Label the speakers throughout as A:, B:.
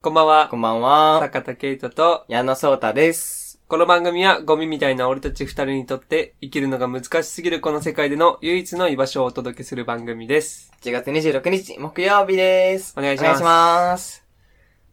A: こんばんは
B: こ。んばんは。
A: 坂田圭人と、
B: 矢野聡太です。
A: この番組はゴミみたいな俺たち二人にとって生きるのが難しすぎるこの世界での唯一の居場所をお届けする番組です。
B: 10月26日、木曜日です。
A: お願いします
B: ます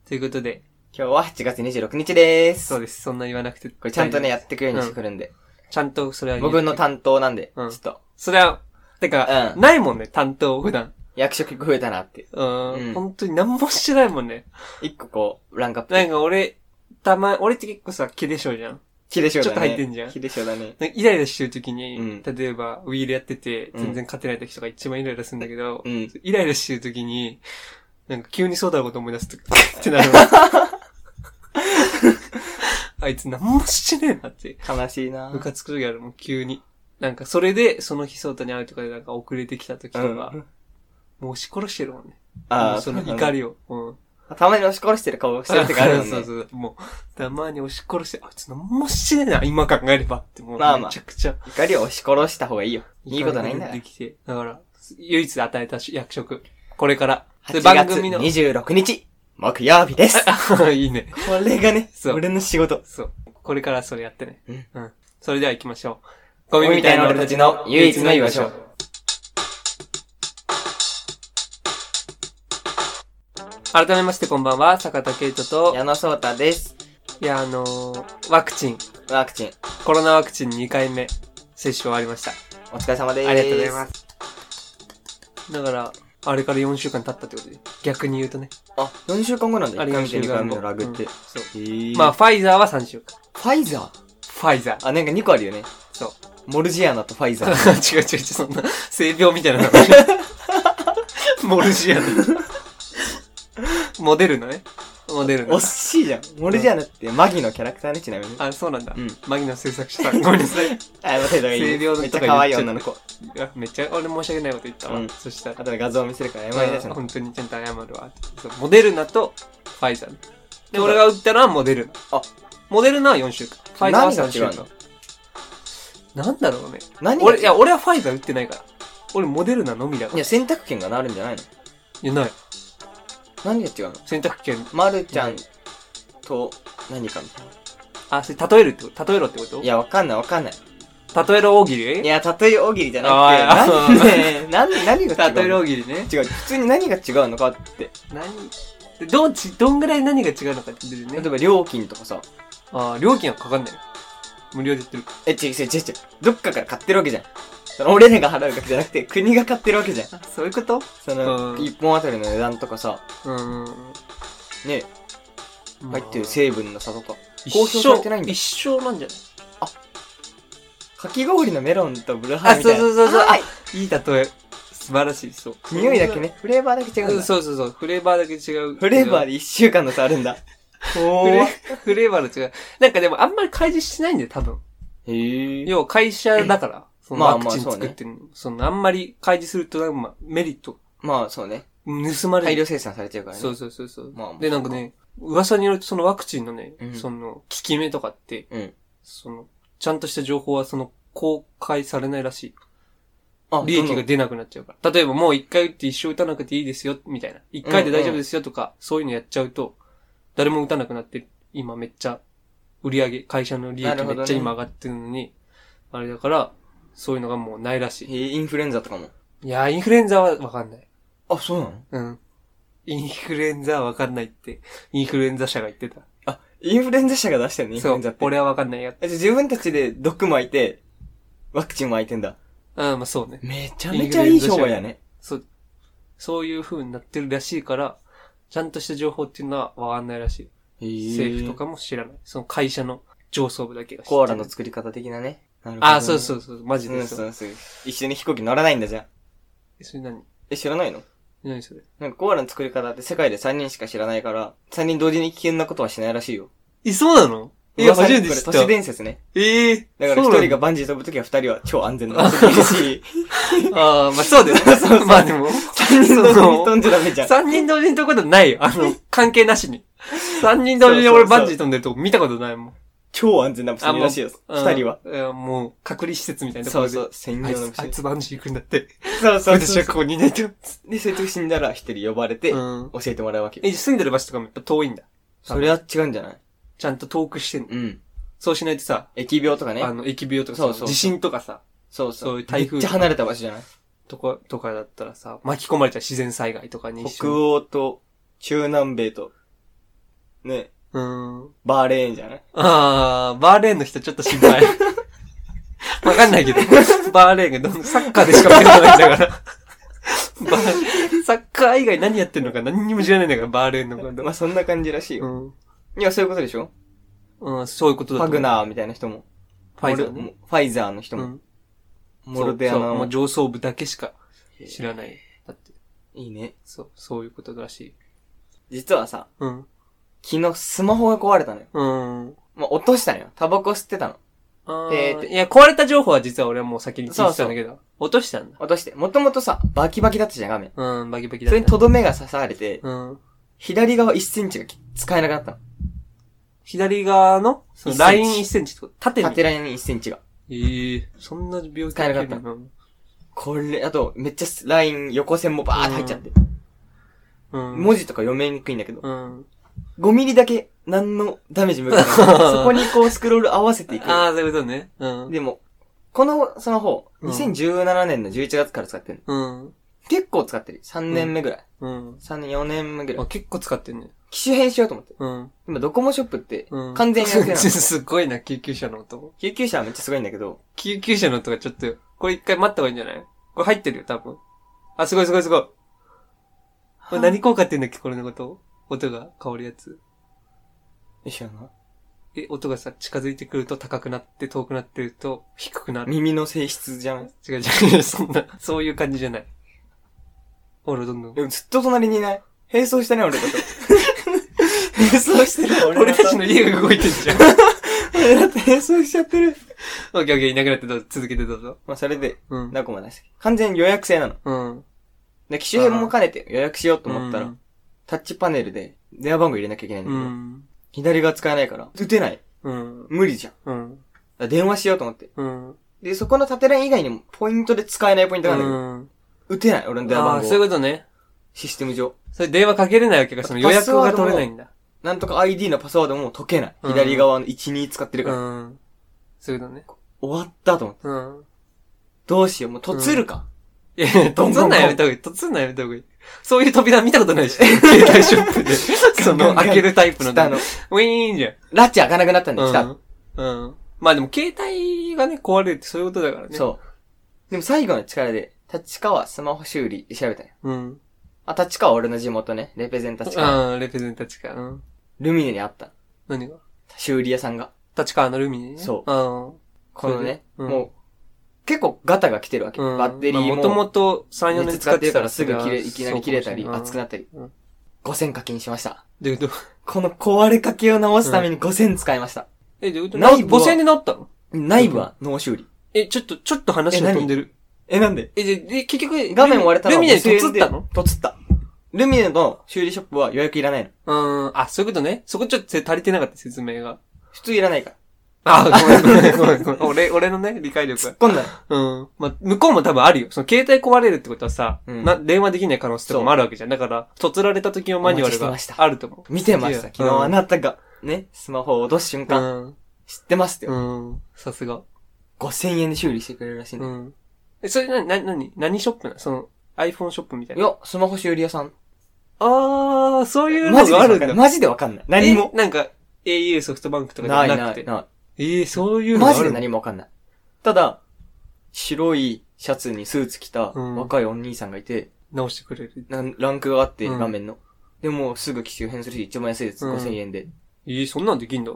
A: ということで、
B: 今日は7月26日です。
A: そうです。そんな言わなくて。
B: これちゃんと
A: 大
B: ね、
A: 丈
B: やってくるようにしてくるんで。
A: 夫です、ちゃんとそれは言う
B: 僕の担当なんで、
A: うん
B: ちょっと、
A: それは、てか、
B: うん
A: ないもんね、担当普段。
B: 役職増えたなって。
A: うーん,、。
B: うんん
A: 本当に何もしてないもんね。
B: 一個こう、ランクアップ。
A: なんか俺、たま、俺って結構さ、気でしょじゃん。
B: キレショ
A: ち
B: だね。
A: ょっと入ってんじゃん
B: キレショだね。
A: なんかイライラしてる時に、
B: うん
A: 例えば、ウィールやってて、
B: うん
A: 全然勝てない時とか一番イライラするんだけど、
B: うん。
A: イライラしてる時に、なんか急にそうだこと思い出すと、 ってなる の。あいつ何もしてねえなって。
B: 悲しいな
A: ムカつく時あるもん、急に。なんかそれで、その日ソータに会うとかでなんか遅れてきた時と
B: う
A: か、
B: ん。
A: もう押し殺してるもんね。
B: あ
A: も
B: あ、
A: うその怒
B: り。
A: りを。うん。
B: たまに押し殺してる顔してる時あるもんね。
A: そうそうそう。もう、たまに押し殺して、あいつ何もしてねえな、今考えればって。もう、め
B: まあまあ
A: ちゃくちゃ。
B: 怒りを押し殺した方がいいよ。いいことないんだか
A: で
B: ら。
A: きて。だから、唯一与えたし役職。これから。で、
B: 8
A: 番
B: 月
A: 組の。
B: 26日、木曜日です。
A: いいね。
B: これがね、
A: そう
B: 俺の仕事。
A: そう。これからそれやってね。
B: うん
A: うん。それでは行きましょう。
B: ゴミみたいな俺たちの唯一の居場所。
A: 改めましてこんばんは、坂田圭人と、
B: 矢野聡太です。
A: いや、あのー、ワクチン、
B: ワクチン、
A: コロナワクチン2回目、接種終わりました。
B: お疲れ様です。
A: ありがとうございま。す。だから、あれから4週間経ったってことで、逆に言うとね。
B: あ、4週間後なんだ、
A: あ
B: 1
A: れ
B: 回
A: 4
B: 目と
A: 週
B: 2
A: 間
B: 回
A: 後
B: 目のラグって。
A: うんそう。
B: えー
A: まあ、、ファイザーは3週間。
B: ファイザー
A: ファイザー。
B: あ、なんか2個あるよね。
A: そう。
B: モルジアナとファイ ザー。
A: 違う違う違う、そんな、性病みたいな名前。モルジアナ。モデルのね。モデルの
B: 惜。しいじゃん。モルジアナってマギのキャラクターね、ちなみに。
A: あ、そうなんだ。
B: うん
A: マギの制作者さん。ごめんなさい。
B: あ、待って、だからいい。
A: 性病の
B: めっち
A: とか言っちゃう
B: ゃ可愛い女の子。
A: あめっちゃ、俺申し訳ないこと言ったわ。
B: うん
A: そしたら。
B: 後で画像見せるから謝りなさい。
A: 本当にちゃんと謝るわ。そうモデルナとファイザーね。で、俺が打ったのはモデルナ。
B: あ
A: モデルナは4週間。ファイザーは3週
B: 何が違
A: 間。なんだろうね。
B: 何が
A: 俺、いや、俺はファイザー打ってないから。俺、モデルナのみだか
B: い
A: ら。
B: や、選択権がなるんじゃないの
A: いや、ない。
B: 何が違うの
A: 選択権。
B: まるちゃんと何かみたい
A: あ、それ、例えるってこと例えろってこと
B: な。いや、わかんないわかんない。
A: 例えろ大喜利
B: いや、例え大喜利じゃな
A: あー
B: くて、なんで、 なんで、何が違うの
A: 例えろ大喜利ね。
B: 違う、普通に何が違うのかって。
A: 何でどうち、どんぐらい何が違うのかって言って
B: 例
A: る
B: え
A: ね。
B: ば料金とかさ、
A: あー料金はかかんない。無料でやってる。
B: え、違う違う違う違う、どっかから買ってるわけじゃん。その俺らが払うわけじゃなくて、国が買ってるわけじゃん。
A: そういうこと
B: その、
A: うん
B: 一本あたりの値段とかさ、
A: うん。
B: ね、
A: まあ
B: 入ってる成分の差とか。
A: 一
B: 公表されてないん
A: 生、
B: だ
A: 一生なんじゃない
B: かき氷のメロンとブルーハーみたいな。
A: あそうそうそうそう
B: はい
A: いい例え。素晴らしい、そう。
B: 匂いだけね、フレーバーだけ違う
A: うんん。
B: だ。
A: そうそうそう。フレーバーだけ違う。
B: フレーバーで一週間の差あるんだ。お
A: フレ
B: ー。
A: フレーバーの違う。なんかでもあんまり開示してないんだよ、多分。
B: へー。
A: 要は会社だから。その
B: まあ
A: ワ
B: まあ
A: クチン作ってるの。そのあんまり開示するとなんかメリット
B: まあそうね。
A: 盗まれる。
B: 大量生産されてるからね。
A: そうそうそうそう。
B: まあまあ
A: で、なんかね、噂によるとそのワクチンのね、
B: うん
A: その、効き目とかって、
B: うん
A: その、ちゃんとした情報はその、公開されないらしい。
B: あ
A: 利益
B: ど
A: が
B: ん
A: 出なくなっちゃうから。例えばもう一回打って一生打たなくていいですよ、みたいな。一回で大丈夫ですよとか、そういうのやっちゃうと、誰も打たなくなって、今めっちゃ、売り上げ、会社の利
B: な
A: 益
B: るほどね
A: めっちゃ今上がってるのに、あれだから、そういうのがもうないらし
B: どんへーインフルエンザとかも。
A: い。いやー、インフルエンザはわかんない。
B: あ、そうなの
A: うん。インフルエンザはわかんないって、インフルエンザ社が言ってた。
B: あ、インフルエンザ社が出したよね、インフル
A: そ
B: エンザ
A: う
B: っ、て。
A: 俺はわかんないや。
B: えじゃあ自分たちで毒巻いて、ワクチン巻いてんだ。
A: うん、まあそうね。
B: めちゃめちゃいい商売やね。
A: そう、そういう風になってるらしいから、ちゃんとした情報っていうのはわかんないらしい。政府と
B: か。
A: かも知らない。その会社の上層部だけが知ってる。
B: コアラの作り方的なね。なるほどね
A: ああ、そうそうそう、マジ
B: う
A: で
B: ん
A: そう。
B: そうそう。一緒に飛行機乗らないんだじゃん。
A: えそれ何
B: え、知らないの
A: 何それ
B: なんかコアラの作り方って世界で3人しか知らないから、3人同時に危険なことはしないらしいよ。
A: え、そうなのえ、
B: 噂
A: 初
B: に
A: めて知っ
B: こ
A: た
B: れ。都市伝説ね。
A: ええ
B: だから
A: そう
B: 1
A: な
B: 人が
A: の
B: バンジー飛ぶときは2人は超安全なことでいるし、
A: ああ、まあそうだよね
B: そうそう
A: まあでも、
B: 3人 同時に飛んじゃダメじゃん。
A: 三人同時に 飛ぶことないよ。あの、関係なしに。三人同時に俺バンジー飛んでるとこ見たことないもん。
B: 超安全な薬らしいよ、
A: うん
B: 二人は。。
A: いやもう、隔離施設みたいなとこ
B: そ
A: ろ
B: う
A: で。
B: そう、専
A: あ
B: 用の
A: いつ、あい
B: 薬。
A: つバンジー行くんだって。
B: そうそう
A: 私
B: そう
A: は。ここにいないと。
B: で、そういう時死んだら一人呼ばれて、教
A: うん。
B: えてもらうわけよ。
A: え、住んでる場所とかもやっぱ遠いんだ。
B: それは違うんじゃない
A: ちゃんと遠くしてんの。
B: うん。
A: そうしないとさ、
B: 疫病とかね
A: あ。の、疫病とかさ
B: そうそうそう
A: 地震とかさ、
B: そう
A: そ
B: そう
A: いう
B: う。
A: 台風
B: めっちゃ離れた場所じゃない
A: とか、とかだったらさ、巻き込まれちゃう自然災害とかに一
B: 北
A: 緒に。
B: 欧と中南米と、ね、
A: うーん。
B: バーレーンじゃない
A: あー、バーレーンの人ちょっと心配。 わかんないけど、バーレーンがどんサッカーでしか見てないんだから。 バーサッカー以外何やってんのか何にも知らないんだから、バーレーンのこと
B: まあ、そんな感じらしいよ。
A: うん
B: いや、そういうことでしょ
A: うん。そういうことだ
B: フ
A: と
B: ァ
A: 思
B: グ
A: う。
B: ナーみたいな人も。
A: ファイザーね。
B: モルファイザーの人
A: う
B: も。
A: ん。
B: モルデア
A: そ
B: ナ
A: うそうも
B: も
A: う。上層部だけしか知らない。だって、
B: いいね。
A: そう、そういうことらしい。
B: 実はさ、
A: うん。
B: 昨日スマホが壊れたのよ。
A: うん。
B: まあ、落としたのよ。タバコ吸ってたの。
A: あ
B: え
A: ー
B: ーと
A: いや、壊れた情報は実は俺はもう先に聞いてたんだけど。落としたんだ。
B: 落として。もともとさ、バキバキだったじゃん、画面。
A: うん、バキバキだ
B: そ
A: った。
B: れにとどめが刺されて、
A: うん。
B: 左側1センチがき使えなくなったの。
A: 左側の、その
B: 1
A: ライ
B: センチ
A: ン1センチとか、縦に。
B: 縦ラインに1センチが。
A: ええそんな病気
B: 使えなかった
A: うん。
B: これ、あと、めっちゃライン横線もバーって入っちゃって。
A: うん。
B: 文字とか読めにくいんだけど。
A: うん。
B: 5ミリだけ何のダメージも受けて ない。そこにこうスクロール合わせていく。
A: ああ、そういうことね。うん。
B: でも、このスマホ、
A: うん
B: 2017年の11月から使ってるの。
A: うん。
B: 結構使ってる。3年目ぐらい。
A: うん。
B: 3年、4年目ぐら
A: あ
B: い。
A: 結構使ってんね。
B: 機種変しようと思って。
A: うん。
B: 今ドコモショップって
A: うん。
B: 完全 に安くなの。
A: すごいな、救急車の音。
B: 救急車はめっちゃすごいんだけど、
A: 救急車の音がちょっと、これ一回待った方がいいんじゃないこれ入ってるよ、多分。あ、すごいすごいすごい。これ何効果って言うんだっけこれのこと音が変わるやつ。
B: 一緒やな。
A: え、音がさ、近づいてくると高くなって、遠くなってると低くなる。
B: 耳の性質じゃん。
A: 違う違う、そんな、そういう感じじゃない。ほら、どんどん。
B: でもずっと隣にいない。並走してない俺だと。並走してる俺
A: 俺
B: だと
A: たちの家が動いてんじゃん。
B: 俺だって並走しちゃってる。
A: オッケーオッケー、いなくなってどうぞ、続けてどうぞ。
B: まあそれで、
A: うん。
B: ダコモ出して。完全に予約制なの。
A: うん。
B: で、機種変も兼ねて予約しようと思った
A: う
B: ら
A: ん、。
B: タッチパネルで電話番号入れなきゃいけないんだ
A: う
B: けど、
A: ん。
B: 左が使えないから、打てない。
A: うん。
B: 無理じゃん。だか
A: うん。
B: ら電話しようと思って。
A: うん。
B: で、そこの縦ライン以外にもポイントで使えないポイントがあるんだけど、
A: うん。
B: 打てない、俺の電話
A: あ
B: 番
A: あー、
B: 号。
A: そういうことね。
B: システム上。
A: それ電話かけれないわけか、その予約が取れないんだ。
B: なんとか ID のパスワードも解けない。
A: うん
B: 左側の1、2使ってる
A: う
B: から。
A: ん。そういうことね。
B: 終わったと思って。
A: うん。
B: どうしよう、もう、とつるか。
A: いやいや、とつんなやめた方がいい。とつんなやめた方がいい。そういう扉見たことないでしょ。携帯ショップ で。その、開けるタイプの。
B: 下の。
A: ウィーンじゃん。
B: ラッチ開かなくなったんで、来た。
A: うん。うん。まあでも、携帯がね、壊れるってそういうことだからね。
B: そう。でも最後の力で、立川スマホ修理で調べたよ。
A: う。うん。
B: あ、立川俺の地元ね。レペゼン立川。
A: ああ、レペゼンたちか。うん。
B: ルミネにあった。
A: 何が
B: 修理屋さんが。
A: 立川のルミネね。。
B: そう
A: うん。
B: このね、
A: それでうん
B: もう、結構ガタが来てるわけ。
A: うん
B: バッテリーも。
A: まあもともと3、4年
B: 熱
A: 使
B: 使
A: っ
B: ってて
A: た
B: た
A: ら
B: らすぐ切れ、いきなり切れたり、熱くな
A: っ
B: ったり
A: うん。
B: 5000課金しました。
A: で、ど、
B: この壊れかけを直すために5000使いました。
A: え、どういうこと
B: 内部は
A: 5000円でなったの
B: 内部は脳修理。
A: え、ちょっと、ちょっと話が飛んでる。
B: え、なんで
A: え、で、で結局、
B: 画面割れたの
A: ルミネに
B: 5000
A: 突ったの
B: とつった。ルミネの修理ショップは予約いらないの。
A: うーん、あ、そういうことね。そこちょっと足りてなかった、説明が。
B: 普通いらないから。
A: あ、ごめん、ごめん、ごめんごめ ん。俺、俺のね、理解力
B: 突
A: が
B: っ。込んだの。
A: うん。まあ、向こうも多分あるよ。その、携帯壊れるってことはさ、
B: うん
A: な、電話できない可能性とかもあるわけじゃん。だから、とつられた時のマニュアル
B: お
A: が
B: 待ちしてました
A: あると思う。
B: 見てました。
A: うん
B: 昨日あなたが、ね、スマホを落とす瞬
A: う
B: 間、
A: ん。
B: 知ってますよ。
A: うん。さすが。
B: 5000円で修理してくれるらしい
A: うんん。え、それな、な、なに、何ショップなのその、iPhone ショップみたい
B: い
A: な。
B: や、スマホ修理屋さん。
A: あー、そういう
B: マ
A: の
B: ジで
A: があ
B: わか
A: るん
B: んな
A: だ
B: い。。マジでわかんない。何も。
A: えなんか、au ソフトバンクとか
B: な
A: じ
B: い
A: ゃな
B: な
A: くて
B: い。。な
A: えー、そうい
B: い。
A: うのが
B: マ
A: あ
B: ジで
A: る
B: 何もわかんない。ただ、白いシャツにスーツ着た
A: うん
B: 若いお兄さんがいて、
A: 直してくれる。
B: なんランクがあって、
A: うん
B: 画面の。でも、すぐ機種変するし、一番安いやつ
A: うん
B: 5000円で。
A: えー、そんなんできんだ。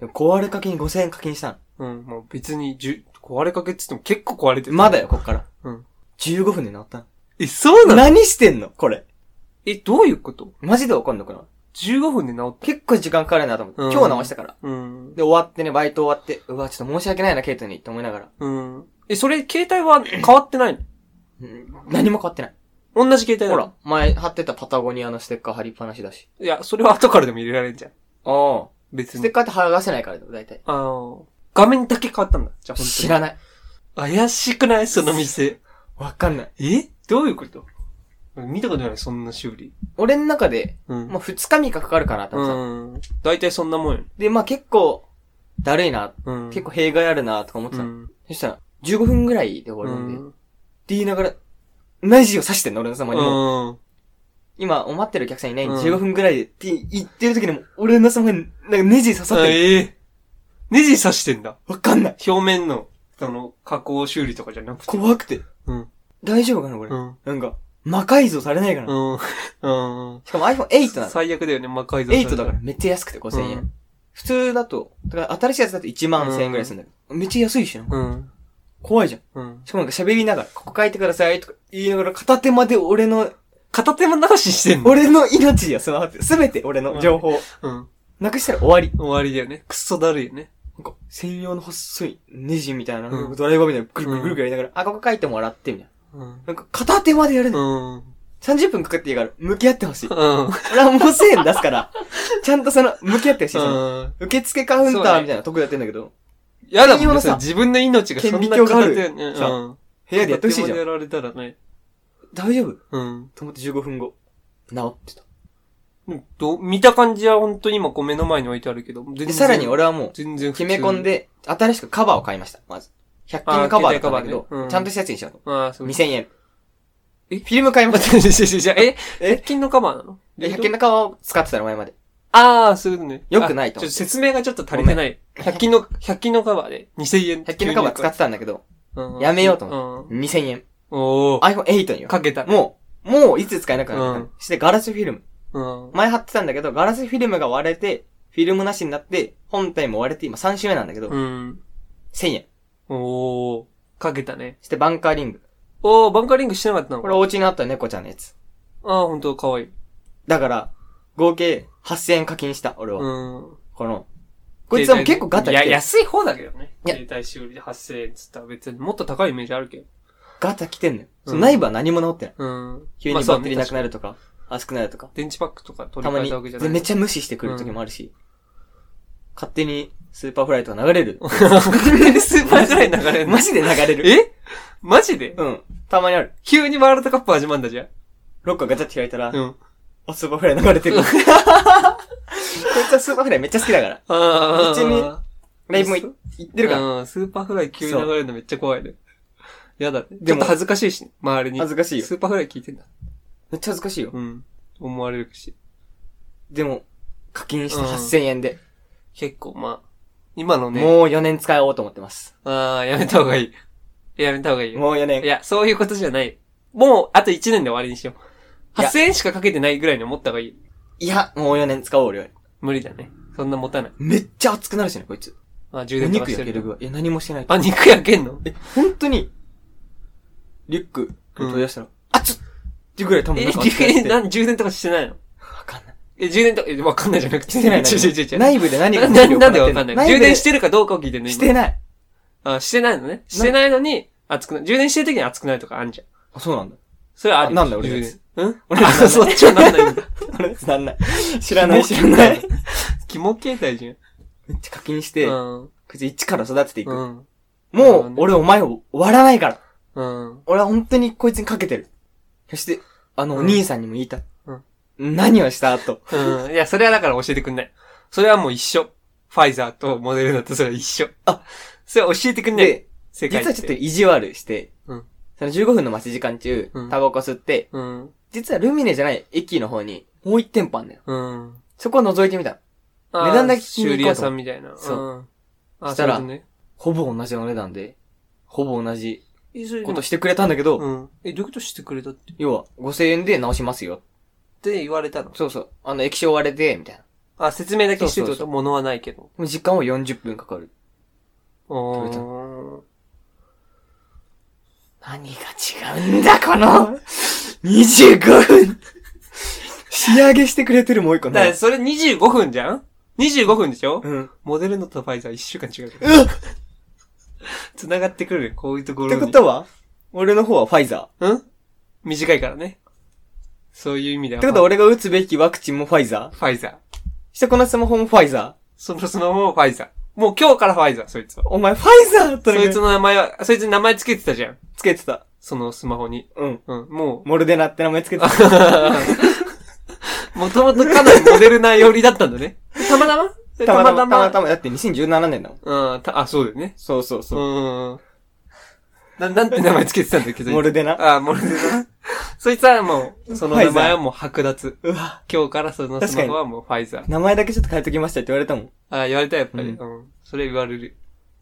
B: でも壊れかけに5000円課金した
A: うん、もう別に、じゅ、壊れかけって言っても結構壊れて
B: の。
A: る。
B: まだよ、こっから。
A: うん。
B: 15分で治ったの
A: え、そうなの
B: 何してんのこれ。
A: え、どういうこと
B: マジでわかんなくない
A: ?15 分で直った。
B: 結構時間かかるなと思って。
A: うん
B: 今日直したから。
A: うん。
B: で、終わってね、バイト終わって、うわ、ちょっと申し訳ないな、ケイトに、って思いながら。
A: うん。え、それ、携帯は変わってないの
B: うん何も変わってない。
A: 同じ携帯
B: ほ
A: なの
B: ら、。前貼ってたパタゴニアのステッカー貼りっぱなしだし。
A: いや、それは後からでも入れられんじゃん。
B: ああ。
A: 別
B: ス
A: に
B: テッ。カーって剥がせないからだよ、大体。
A: あの、画面だけ変わったんだ。じゃあ
B: 知
A: 本
B: らない。
A: 当に。怪しくないその店。
B: わかんない。
A: えどういうこと見たことない、そんな修理。
B: 俺の中で、
A: うん。
B: まあ2日3日かかるから、多分さ。
A: うん。大体そんなもんよ。
B: で、まあ結構、だるいな、
A: うん。
B: 結構弊害あるな、とか思って
A: う
B: た。
A: ん。
B: そしたら、15分ぐらいで
A: う
B: 終わるんで。っ
A: ん。
B: て言いながら、ナイジを刺してんの、俺の様にも。
A: うん。
B: 今、お待ってるお客さんいないんで、
A: うん
B: 15分ぐらいでって言ってる時にも、俺の様に、なんかネジ刺さってる。
A: ええネジ刺してんだ。
B: わかんない。
A: 表面の、その、加工修理とかじゃなくて。
B: 怖くて。
A: うん。
B: 大丈夫かな、これ
A: う。ん。
B: なんか、魔改造されないか
A: う
B: な。
A: ん。うん。
B: しかも iPhone8 なの。
A: 最悪だよね、魔改造された
B: 8だから。めっちゃ安くて5000円。
A: うん
B: 普通だと、だから新しいやつだと1万1000円ぐらいするんだけど、めっちゃ安いしな。
A: うん。
B: 怖いじゃん。
A: うん。
B: しかもなんか喋りながら、ここ書いてくださいとか言いながら、片手まで俺の、
A: 片手間流ししてんの
B: 俺の命や、そのすべて俺の情報。
A: うん。
B: なくしたら終わり。
A: 終わりだよね。くっそだるいよね。
B: なんか、専用の細いネジみたいな、
A: うん
B: ドライバーみたいな、ぐるぐるぐるぐるやりながら、あ、ここ書いてもらって、みたい
A: うん。
B: な。なんか、片手までやる
A: う
B: の。
A: ん。うん。
B: 30分かかっていいから、向き合ってほしい。俺はもう1000円出 すから、ちゃんとその、向き合ってほしい。その
A: うん。
B: 受付カウンターみたいなとこやってんだけど、
A: やだ
B: 専用
A: もん
B: の
A: ね、
B: さ
A: それ自分の命がそんな
B: 顕微鏡がある
A: 片手ね
B: さ
A: うん。
B: 部屋でやってほしいじゃ
A: 片手間で
B: ん。
A: やられたらね。
B: 大丈夫
A: うん。
B: と思って15分後、治ってた。
A: うんどう見た感じは本当に今こう目の前に置いてあるけど、全
B: で、さらに俺はもう、
A: 全然普通
B: 決
A: に
B: め込ん。で、新しくカバーを買いました、まず。100均のカバーだったんだけ
A: あー携帯
B: ど
A: カバーねう、ん
B: ちゃんとしたやつにしようと。
A: ああ、そう。
B: 2000円。
A: え
B: フィルム買いました。
A: 待って、じゃじゃ え
B: え
A: 100均のカバーなの
B: で100均のカバーを使ってたの、前まで。
A: ああ、そういうことね。
B: 良くないと
A: あちょっ説明がちょっと足りてない。100均の、100均のカバーで2000円。
B: 100均のカバー使ってたんだけど、
A: うん
B: やめようと
A: 思って。
B: 2000円。
A: おお。
B: iPhone8 によ。
A: かけた。
B: もう、もういつ使えなくな
A: う
B: っ
A: ん
B: たして、ガラスフィルム。
A: うん。
B: 前貼ってたんだけど、ガラスフィルムが割れて、フィルムなしになって、本体も割れて、今3周目なんだけど、
A: うん。
B: 1000円。
A: おお。かけたね。
B: して、バンカーリング。
A: おお、バンカーリングしてなかったの
B: これお家にあった猫ちゃんのやつ。
A: ああ、本当かわいい。
B: だから、合計8000円課金した、俺は。
A: うん。
B: この、こいつはもう結構ガチャ
A: い
B: 来
A: や、
B: てる。
A: 安い方だけどね。
B: いや
A: 携帯修理で8000円っつったら別にもっと高いイメージあるけど。
B: ガチャ来てんのよ。
A: うん
B: その内部は何も治ってない。
A: うん。
B: 急
A: ま
B: に
A: あそ
B: バ
A: う
B: ッ
A: ね
B: テリーなくなるとか、熱くなるとか。
A: 電池パックとか取
B: た
A: り
B: ま
A: 替え
B: に
A: たわけじゃ、ない。
B: めっちゃ無視してくる時もあるし、勝手にスーパーフライとか流れる。
A: スーパーぐらい流れんの
B: マジで流れる。
A: えマジで
B: うん。たまにある。
A: 急にワールドカップ始まんだじゃん。
B: ロッカーガチャって開いたら、
A: うん。
B: あ、スーパーフライ流れてる。こいつはスーパーフライめっちゃ好きだから。
A: あ
B: 別に
A: あ。
B: ライブもい行ってるから。
A: うん、スーパーフライ急に流れるのめっちゃ怖いね。やだね。
B: で
A: ちょっ
B: も
A: と恥ずかしいし、周りに。
B: 恥ずかしいよ。
A: スーパーフライ聞いてんだ。
B: めっちゃ恥ずかしいよ。
A: うん。思われるし。
B: でも、課金した
A: うん
B: 8000円で、
A: 結構まあ、今のね、
B: もう4年使おうと思ってます。
A: ああ、やめた方がいい。やめた方がいいよ。
B: もう4
A: い
B: 年。
A: や、そういうことじゃない。もう、あと1年で終わりにしよう。
B: いや
A: 8000円しかかけてないぐらいに思った方がいい。
B: いや、もう4年使おう俺は。
A: 無理だね。そんな持たない。
B: めっちゃ熱くなるしね、こいつ。
A: あ、
B: お
A: 充電とか
B: 肉
A: して
B: 焼けるぐらい。いや、何もしてない。
A: あ、肉焼けんの
B: え、本当に、リュック、取り出したら、あちょっっていうぐらい多分
A: え、
B: なんか熱くなって
A: えなん充電とかしてないの
B: わかんない。
A: え、充電とか、え、わかんないじゃなくて。
B: し てない。
A: ちょちょちょちょ。
B: 内部で何が
A: ななんでわかんないの
B: 内部
A: 充
B: で
A: 電してるかどうかを聞いてんの今
B: してない。
A: あ、してないのね。してないのに、熱くな充電してる時に熱くないとかあんじゃん。
B: あ、そうなんだ。
A: それはある。
B: あなんだ俺の
A: 充
B: やつ
A: 電。うん
B: 俺のやつ
A: あ、そ っちはなんないんだ。
B: あれなんない。知らない、
A: キ
B: 知
A: モ
B: らない。。
A: 肝携帯じ
B: めっちゃ課金し
A: ゃ
B: て、こ
A: ん。
B: いつ一から育てていく。
A: うん。うん。
B: もう、俺お前を割らないから。
A: うん。
B: 俺は本当にこいつにかけてる。そして、あの、
A: うん
B: お兄さんにも言いた。
A: うん
B: 何をした後。
A: うん。いや、それはだから教えてくんない。それはもう一緒。ファイザーとモデルナとそれは一緒。
B: あ、
A: それは教えてくんない。
B: で、
A: 世界
B: 実はちょっと意地悪して、
A: うん
B: その15分の待ち時間中、
A: うん
B: タバコ吸って、
A: と。うん。
B: 実はルミネじゃない駅の方に、もう一店舗あんだよ。
A: うん。
B: そこを覗いてみたの。
A: あー
B: 値段だけ聞き
A: 修
B: に行こうと
A: 理屋さんみたいな。。
B: そうん
A: あ、
B: したら
A: そういうこ
B: ほぼ同じお値段で、ほぼ同じ
A: とね。え、それで
B: こ
A: も
B: としてくれたんだけど、
A: うん。え、どういうことしてくれたって
B: 要は5000円で直しますよ。
A: って言われたの
B: そうそう。あの、液晶割れて、みたいな。
A: あ、説明だけしてるって
B: そう
A: こ
B: そ
A: と物はないけど。
B: もう時間は40分かかる。
A: お
B: 取れた
A: ー
B: 何が違うんだ、この !25 分仕上げしてくれてるもう一個
A: だから
B: ね。
A: それ25分じゃん ?25 分でしょ、
B: うん。っ
A: モデルのとファイザー1週間違うから。
B: うっ
A: 繋がってくるよ、こういうところ
B: て
A: に。
B: ことは、俺の方はファイザ
A: うん短いからね。そういう意味で
B: ー。
A: は。
B: ってことは俺が打つべきワクチンもファイザー
A: ファイザー。
B: してこのスマホもファイザ
A: そのそのままファイザー。もう今日からファイザー、そいつは。
B: お前、ファイザーと
A: そ
B: か
A: いつの名前は、そいつに名前つけてたじゃん。
B: つけてた。
A: そのスマホに。
B: うん。
A: うん、も
B: モルデナって名前つけてた。
A: う。もともとかなりモデルナ寄りだったんだね。たまたま
B: たまたま、たま
A: ま。
B: たま、だって2017年だもん。
A: うん、た、あ、そうだよね。
B: そうそう
A: う
B: そう。
A: ん。な、なんて名前つけてたんだっ けど。
B: モルデナ。
A: あ、モルデナ。そいつはもう、その名前はもう剥奪。
B: うわ。
A: 今日からそのスマホはもうファイザー。
B: 名前だけちょっと変えときましたって言われたもん。
A: あ、言われたやっぱり。
B: う
A: うん。それ言われる。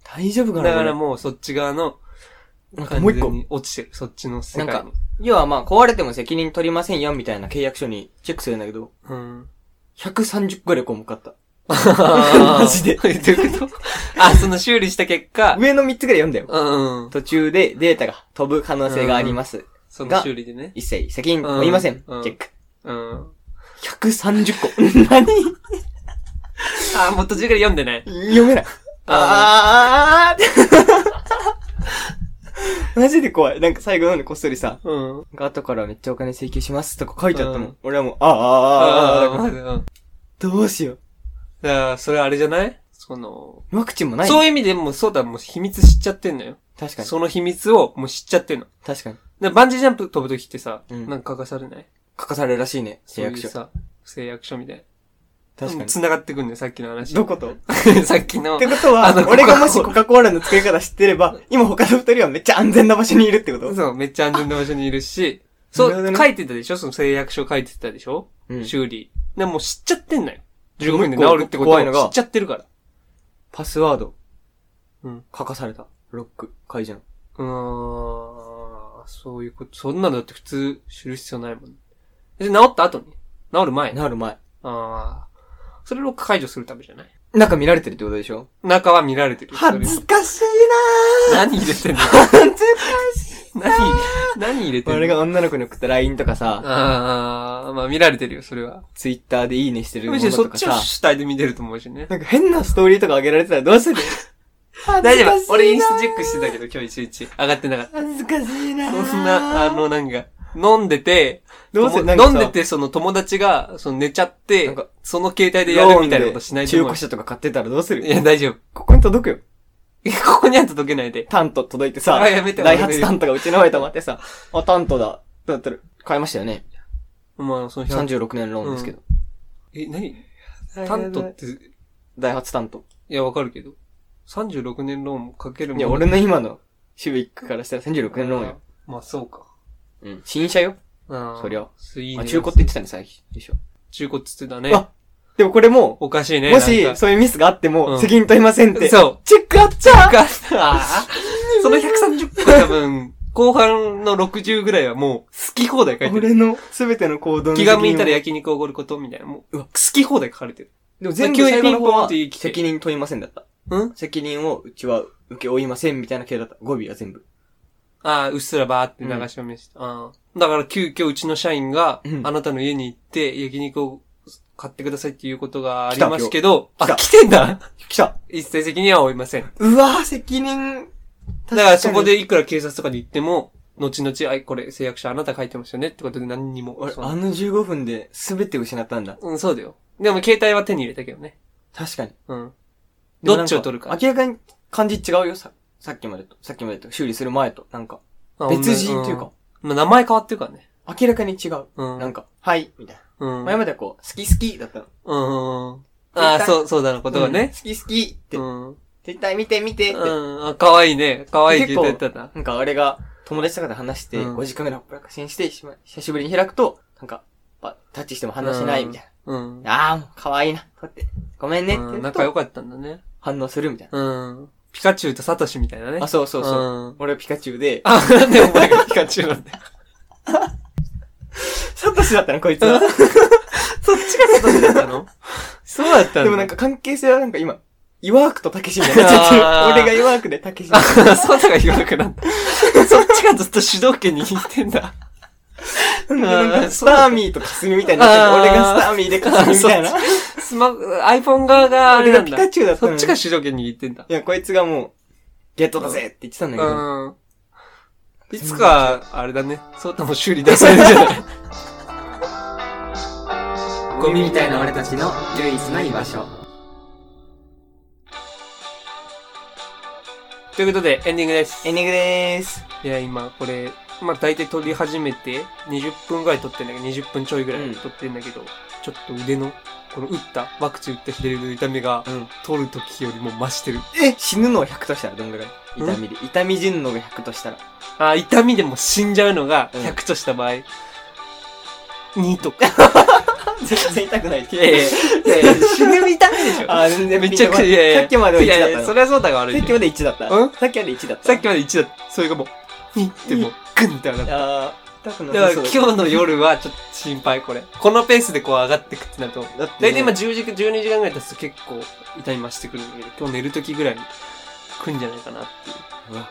B: 大丈夫か
A: だ
B: な
A: から
B: こ
A: もうそっち側の
B: れなんか
A: 完
B: もう一
A: 全
B: 個。
A: に落ちてる。そっちの世
B: なん
A: 界
B: か
A: に。、
B: 要はまあ壊れても責任取りませんよみたいな契約書にチェックするんだけど、
A: うん。
B: 130個ぐらい項目あった。
A: マ
B: ジで
A: どういうことあ、その修理した結果、
B: 上の3つぐらい読んだよ。
A: うんうん。
B: 途中でデータが飛ぶ可能性があります。
A: その修理でね。
B: 一切責任取りません。チ
A: うん
B: ェック。
A: うん。
B: 130個。何
A: あ、もっとじっくり読んでない。
B: 読めない。あーマジで怖い。なんか最後の方でこっそりさ、
A: うん。
B: 後からめっちゃお金請求しますとか書いてあったも
A: うん
B: ん。俺はもう、あーあーあーあー
A: あ
B: あー
A: あ、
B: どうしよう。
A: だから、それあれじゃないその、
B: ワクチンもない
A: そういう意味でも、そうだ、もう秘密知っちゃってんのよ。
B: 確かに。
A: その秘密をもう知っちゃってんの。
B: 確かに。
A: でバンジージャンプ飛ぶときってさ、
B: うん
A: なんか書かされない
B: 書かされるらしいね、
A: そ
B: 誓
A: うい
B: 約
A: う
B: 書。
A: さ、誓約書みたいな。
B: 確かに。
A: 繋がってくんだよ、さっきの話。
B: どことっ
A: さっきの
B: て。こと
A: あ
B: は
A: の、
B: 俺がもし
A: コ
B: コカ・コーラの作り方知ってれば、今他の二人はめっちゃ安全な場所にいるってこと
A: そう、めっちゃ安全な場所にいるし、
B: なる
A: そ
B: ほど
A: う、
B: ね
A: 書いてたでしょその誓約書書いてたでしょ
B: うん
A: 修理。でもう知っちゃってんのよ。15分で
B: もう
A: 治
B: 一個
A: るってこと
B: 怖いのが
A: を知っちゃってるから。
B: パスワード。
A: うん。
B: 書かされた。ロック。解除。
A: うーん、そういうこと。そんなのだって普通知る必要ないもん。で、治った後に治る前に。あ
B: なる前。
A: あー。それを解除するためじゃない
B: なんか見られてるってことでしょ
A: 中は見られてる。それ
B: かしい
A: 何入れてんの
B: なぁ恥ずかしい
A: 何、何入れてんの
B: 俺が女の子に送った LINE とかさ、
A: ああ、まあ見られてるよ、それは。
B: Twitter でいいねしてるも
A: む
B: の
A: しろそ
B: と
A: っ
B: か
A: ちを
B: さ、
A: 主体で見てると思うしね。
B: なんか変なストーリーとか上げられてたらどうする
A: 大丈夫。俺インスタチェックしてたけど、今日一日。上がってなかっ
B: 恥ずかしいな
A: た。
B: ぁ
A: そんな、あの、、なんか、飲んでて、
B: どうせ
A: とも
B: なんかさ
A: 飲んでて、その友達が、その寝ちゃっ
B: な
A: て
B: んか、
A: その携帯でやるみたいなことしないと
B: 中
A: 思う
B: 古。車とか買ってたらどうす
A: い
B: る
A: や、大丈夫。
B: ここに届くよ。
A: ここには届けないで。
B: タント届いてさ
A: あやめ、て
B: ダイハツタントがうちの前泊まってさ、あ、タントだ。だったら、買いましたよね。
A: まあ、その100、
B: 36年ローンですけど。
A: え、何担当って、い
B: ダイハツタント。
A: や、わかるけど。36年ローンかけるもん
B: いや、俺の今のシビックからしたら36年ローンよ。。
A: まあ、そうか。
B: うん。新車よ。
A: あー
B: そりゃ。
A: いいね
B: あ、中古って言ってたね、最近。でしょ。
A: 中古っつってたね。
B: あ、でもこれも、
A: おかしいね。
B: も
A: なん
B: し、
A: か
B: そういうミスがあって
A: う
B: も、
A: ん
B: 責任取りませんって。
A: そう。
B: チェックあっちゃう
A: が、あ ーその130個多分、後半の60ぐらいはもう、好き放題書いてる。
B: 俺の全ての行動の
A: 気が向いたら
B: や
A: 焼肉おごることみたいな。もう、
B: う
A: 好
B: わ
A: き放題書かれてる。
B: でも全部
A: 急に
B: 最後の方
A: ピンポンっ
B: は
A: て言い切って
B: 責任取りませんだった。
A: うん
B: 責任をうちは受け負いませんみたいな系だった。語尾は全部。
A: ああ、うっすらばーって流し読みして。あーだから急遽うちの社員が
B: う、ん
A: あなたの家に行って焼肉を買ってくださいっていうことがあり
B: 来た
A: ますけど、
B: 今日
A: あ、来てんだ
B: 来た
A: 一切責任は負いません。
B: うわぁ、責任。
A: だからそこ、でいくら警察とかに行っても、後々、あい、これ誓約書あなた書いてましたよねってことで何にも。
B: 俺、
A: その
B: あの15分で全て失ったんだ。
A: うん、そうだよ。でも携帯は手に入れたけどね。
B: 確かに。
A: うん。
B: でも
A: ど
B: なん
A: っちを取るか。
B: 明らかに感じ違うよ、さ、さっきまでと。さっきまでと。修理する前と。なんか、
A: あ
B: 別人というか、、
A: うんまあ、名前変わってるからね。
B: 明らかに違う。
A: うん。
B: なんか、はい、みたいな。
A: うん。
B: 前まではこう、好き好きだったの。
A: うん。ああ、そう、そうだな、ことが
B: うん
A: ね。
B: 好き好きって
A: う、ん。
B: 絶対見て見てって。
A: うん。あ、かわいいね。かわいい携帯だったな。
B: なんか俺が友達とかで話して、
A: うん
B: 5時間ぐらいほっぽらかしにしてしまい、久しぶりに開くと、なんか、パタッチしても話しないみたい
A: うん。
B: な。ああ、もう可愛いな。こうやって、ごめんねって
A: う
B: 言
A: ん
B: う
A: 仲良
B: と、
A: かったんだね。
B: 反応するみたい
A: うん。ピカチュウとサトシみたいなね。
B: な。あ、そうそうそう。
A: うん。
B: 俺はピカチュウで、
A: あ、なんでお前がピカチュウなんだ よ。
B: サトシだったの、こいつは。
A: そっちがサトシだったの そうだったんだ。
B: でもなんか関係性はなんか今、イワークとタケシみたいになっちゃってる
A: あー
B: 俺がイワークでタケシ。
A: あ、 そうだが弱くなった。そっちがずっと主導権握ってんだ。
B: なんかスターミーとカスミみたいになっちゃってる
A: あー
B: 俺がスターミーでカスミみたいな。
A: スマ、iPhone 側があれな
B: 俺が
A: ん
B: ピ
A: だ。
B: カチュウだったの
A: そっ
B: に
A: ちが主導権握ってんだ。
B: いや、こいつがもう、ゲットだぜって言ってたんだけど、
A: うん。いつか、あれだね。そうとも修理出されるんじゃない
B: ゴミみたいな俺たちの唯一の居場所。
A: ということで、エンディングです。
B: エンディングでーす。
A: いや、今、これ、まあ、大体撮り始めて、20分ぐらい撮ってんだけど、20分ちょいぐらい撮ってんだけど、ちょっと腕の、この打った、ワクチン打った左の痛みが、
B: うん。
A: 撮る時よりも増してる。
B: え死ぬのを100としたらどんぐらい
A: うん
B: 痛みで。痛み死ぬのが100と したら。
A: あ、痛みでも死んじゃうのが、
B: うん
A: 100とした場合、2とか。
B: 全然痛くない。
A: いやいやいやいや死ぬ痛みでしょ。
B: あー、全然
A: めちゃくちゃ、いやいや。
B: さっきまではい
A: やい
B: 1
A: や
B: だった
A: そ
B: の。
A: れはそうだが悪
B: さ
A: い
B: っ
A: け
B: き
A: ど。
B: まで1だった。
A: うん
B: さっきまで1だった。
A: さっきまで1だった。それがもう、2ってもう、グンって上がった。
B: あー、痛くな
A: だから
B: さそう
A: 今日の夜はちょっと心配これ。このペースでこう上がってくってなると、
B: だってね
A: 大体今10時間、12時間ぐらい経つと結構痛み増してくるんだけど、今日寝る時ぐらいに来るんじゃないかなっていう。
B: うわ、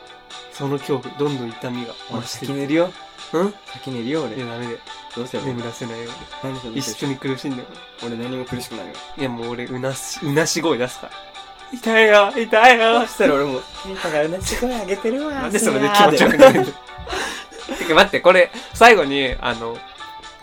A: その恐怖、どんどん痛みが増
B: 俺
A: して
B: 先
A: る。
B: 寝るよ。
A: うん
B: 先寝るよ、俺
A: い。や、ダメで。
B: どうせよう。
A: 眠らせないよう
B: 何それ
A: に。一緒に苦しんでる。
B: 俺何も苦しくないよ。
A: いや、もう俺、うなし、うなし声出すから。痛いよ痛いよ
B: そしたら俺も、ケンタがうなち声上げてるわ。
A: なんでそれで気持ちよくな るんだてか待って、これ、最後に、あの、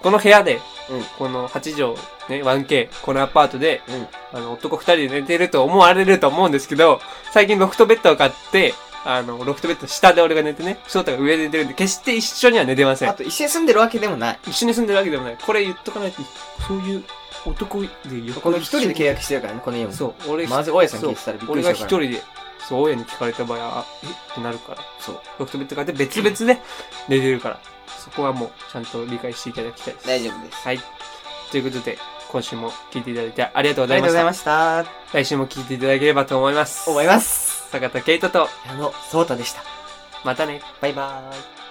A: この部屋で、
B: うん
A: この8畳、ね、1K、このアパートで、
B: うん
A: あの、男2人で寝てると思われると思うんですけど、最近ロフトベッドを買って、あの、ロフトベッドの下で俺が寝てね、翔太が上で寝てるんで、決して一緒には寝てませ
B: あ
A: ん。
B: と一緒に住んでるわけでもない。
A: 一緒に住んでるわけでもない。これ言っとかないと、そういう男で横
B: この一人で契約してるからね、この家も。
A: そう、俺、
B: まず大家さん聞いてたらびっく
A: 俺
B: り
A: が
B: し
A: 一
B: たから。
A: 人で、そう、親に聞かれた場合は、あえってなるから。
B: そう。
A: ロフトベッド買って別々で寝れるから。そこはもうちゃんと理解していただきたいです。
B: 大丈夫です。
A: はい。ということで、今週も聞いていただいてありがとう
B: あ
A: ございました。
B: した。
A: 来週も聞いていただければと思います。
B: 思います。
A: 坂田圭人と、
B: 矢野聡太でした。
A: またね。
B: バイバーイ。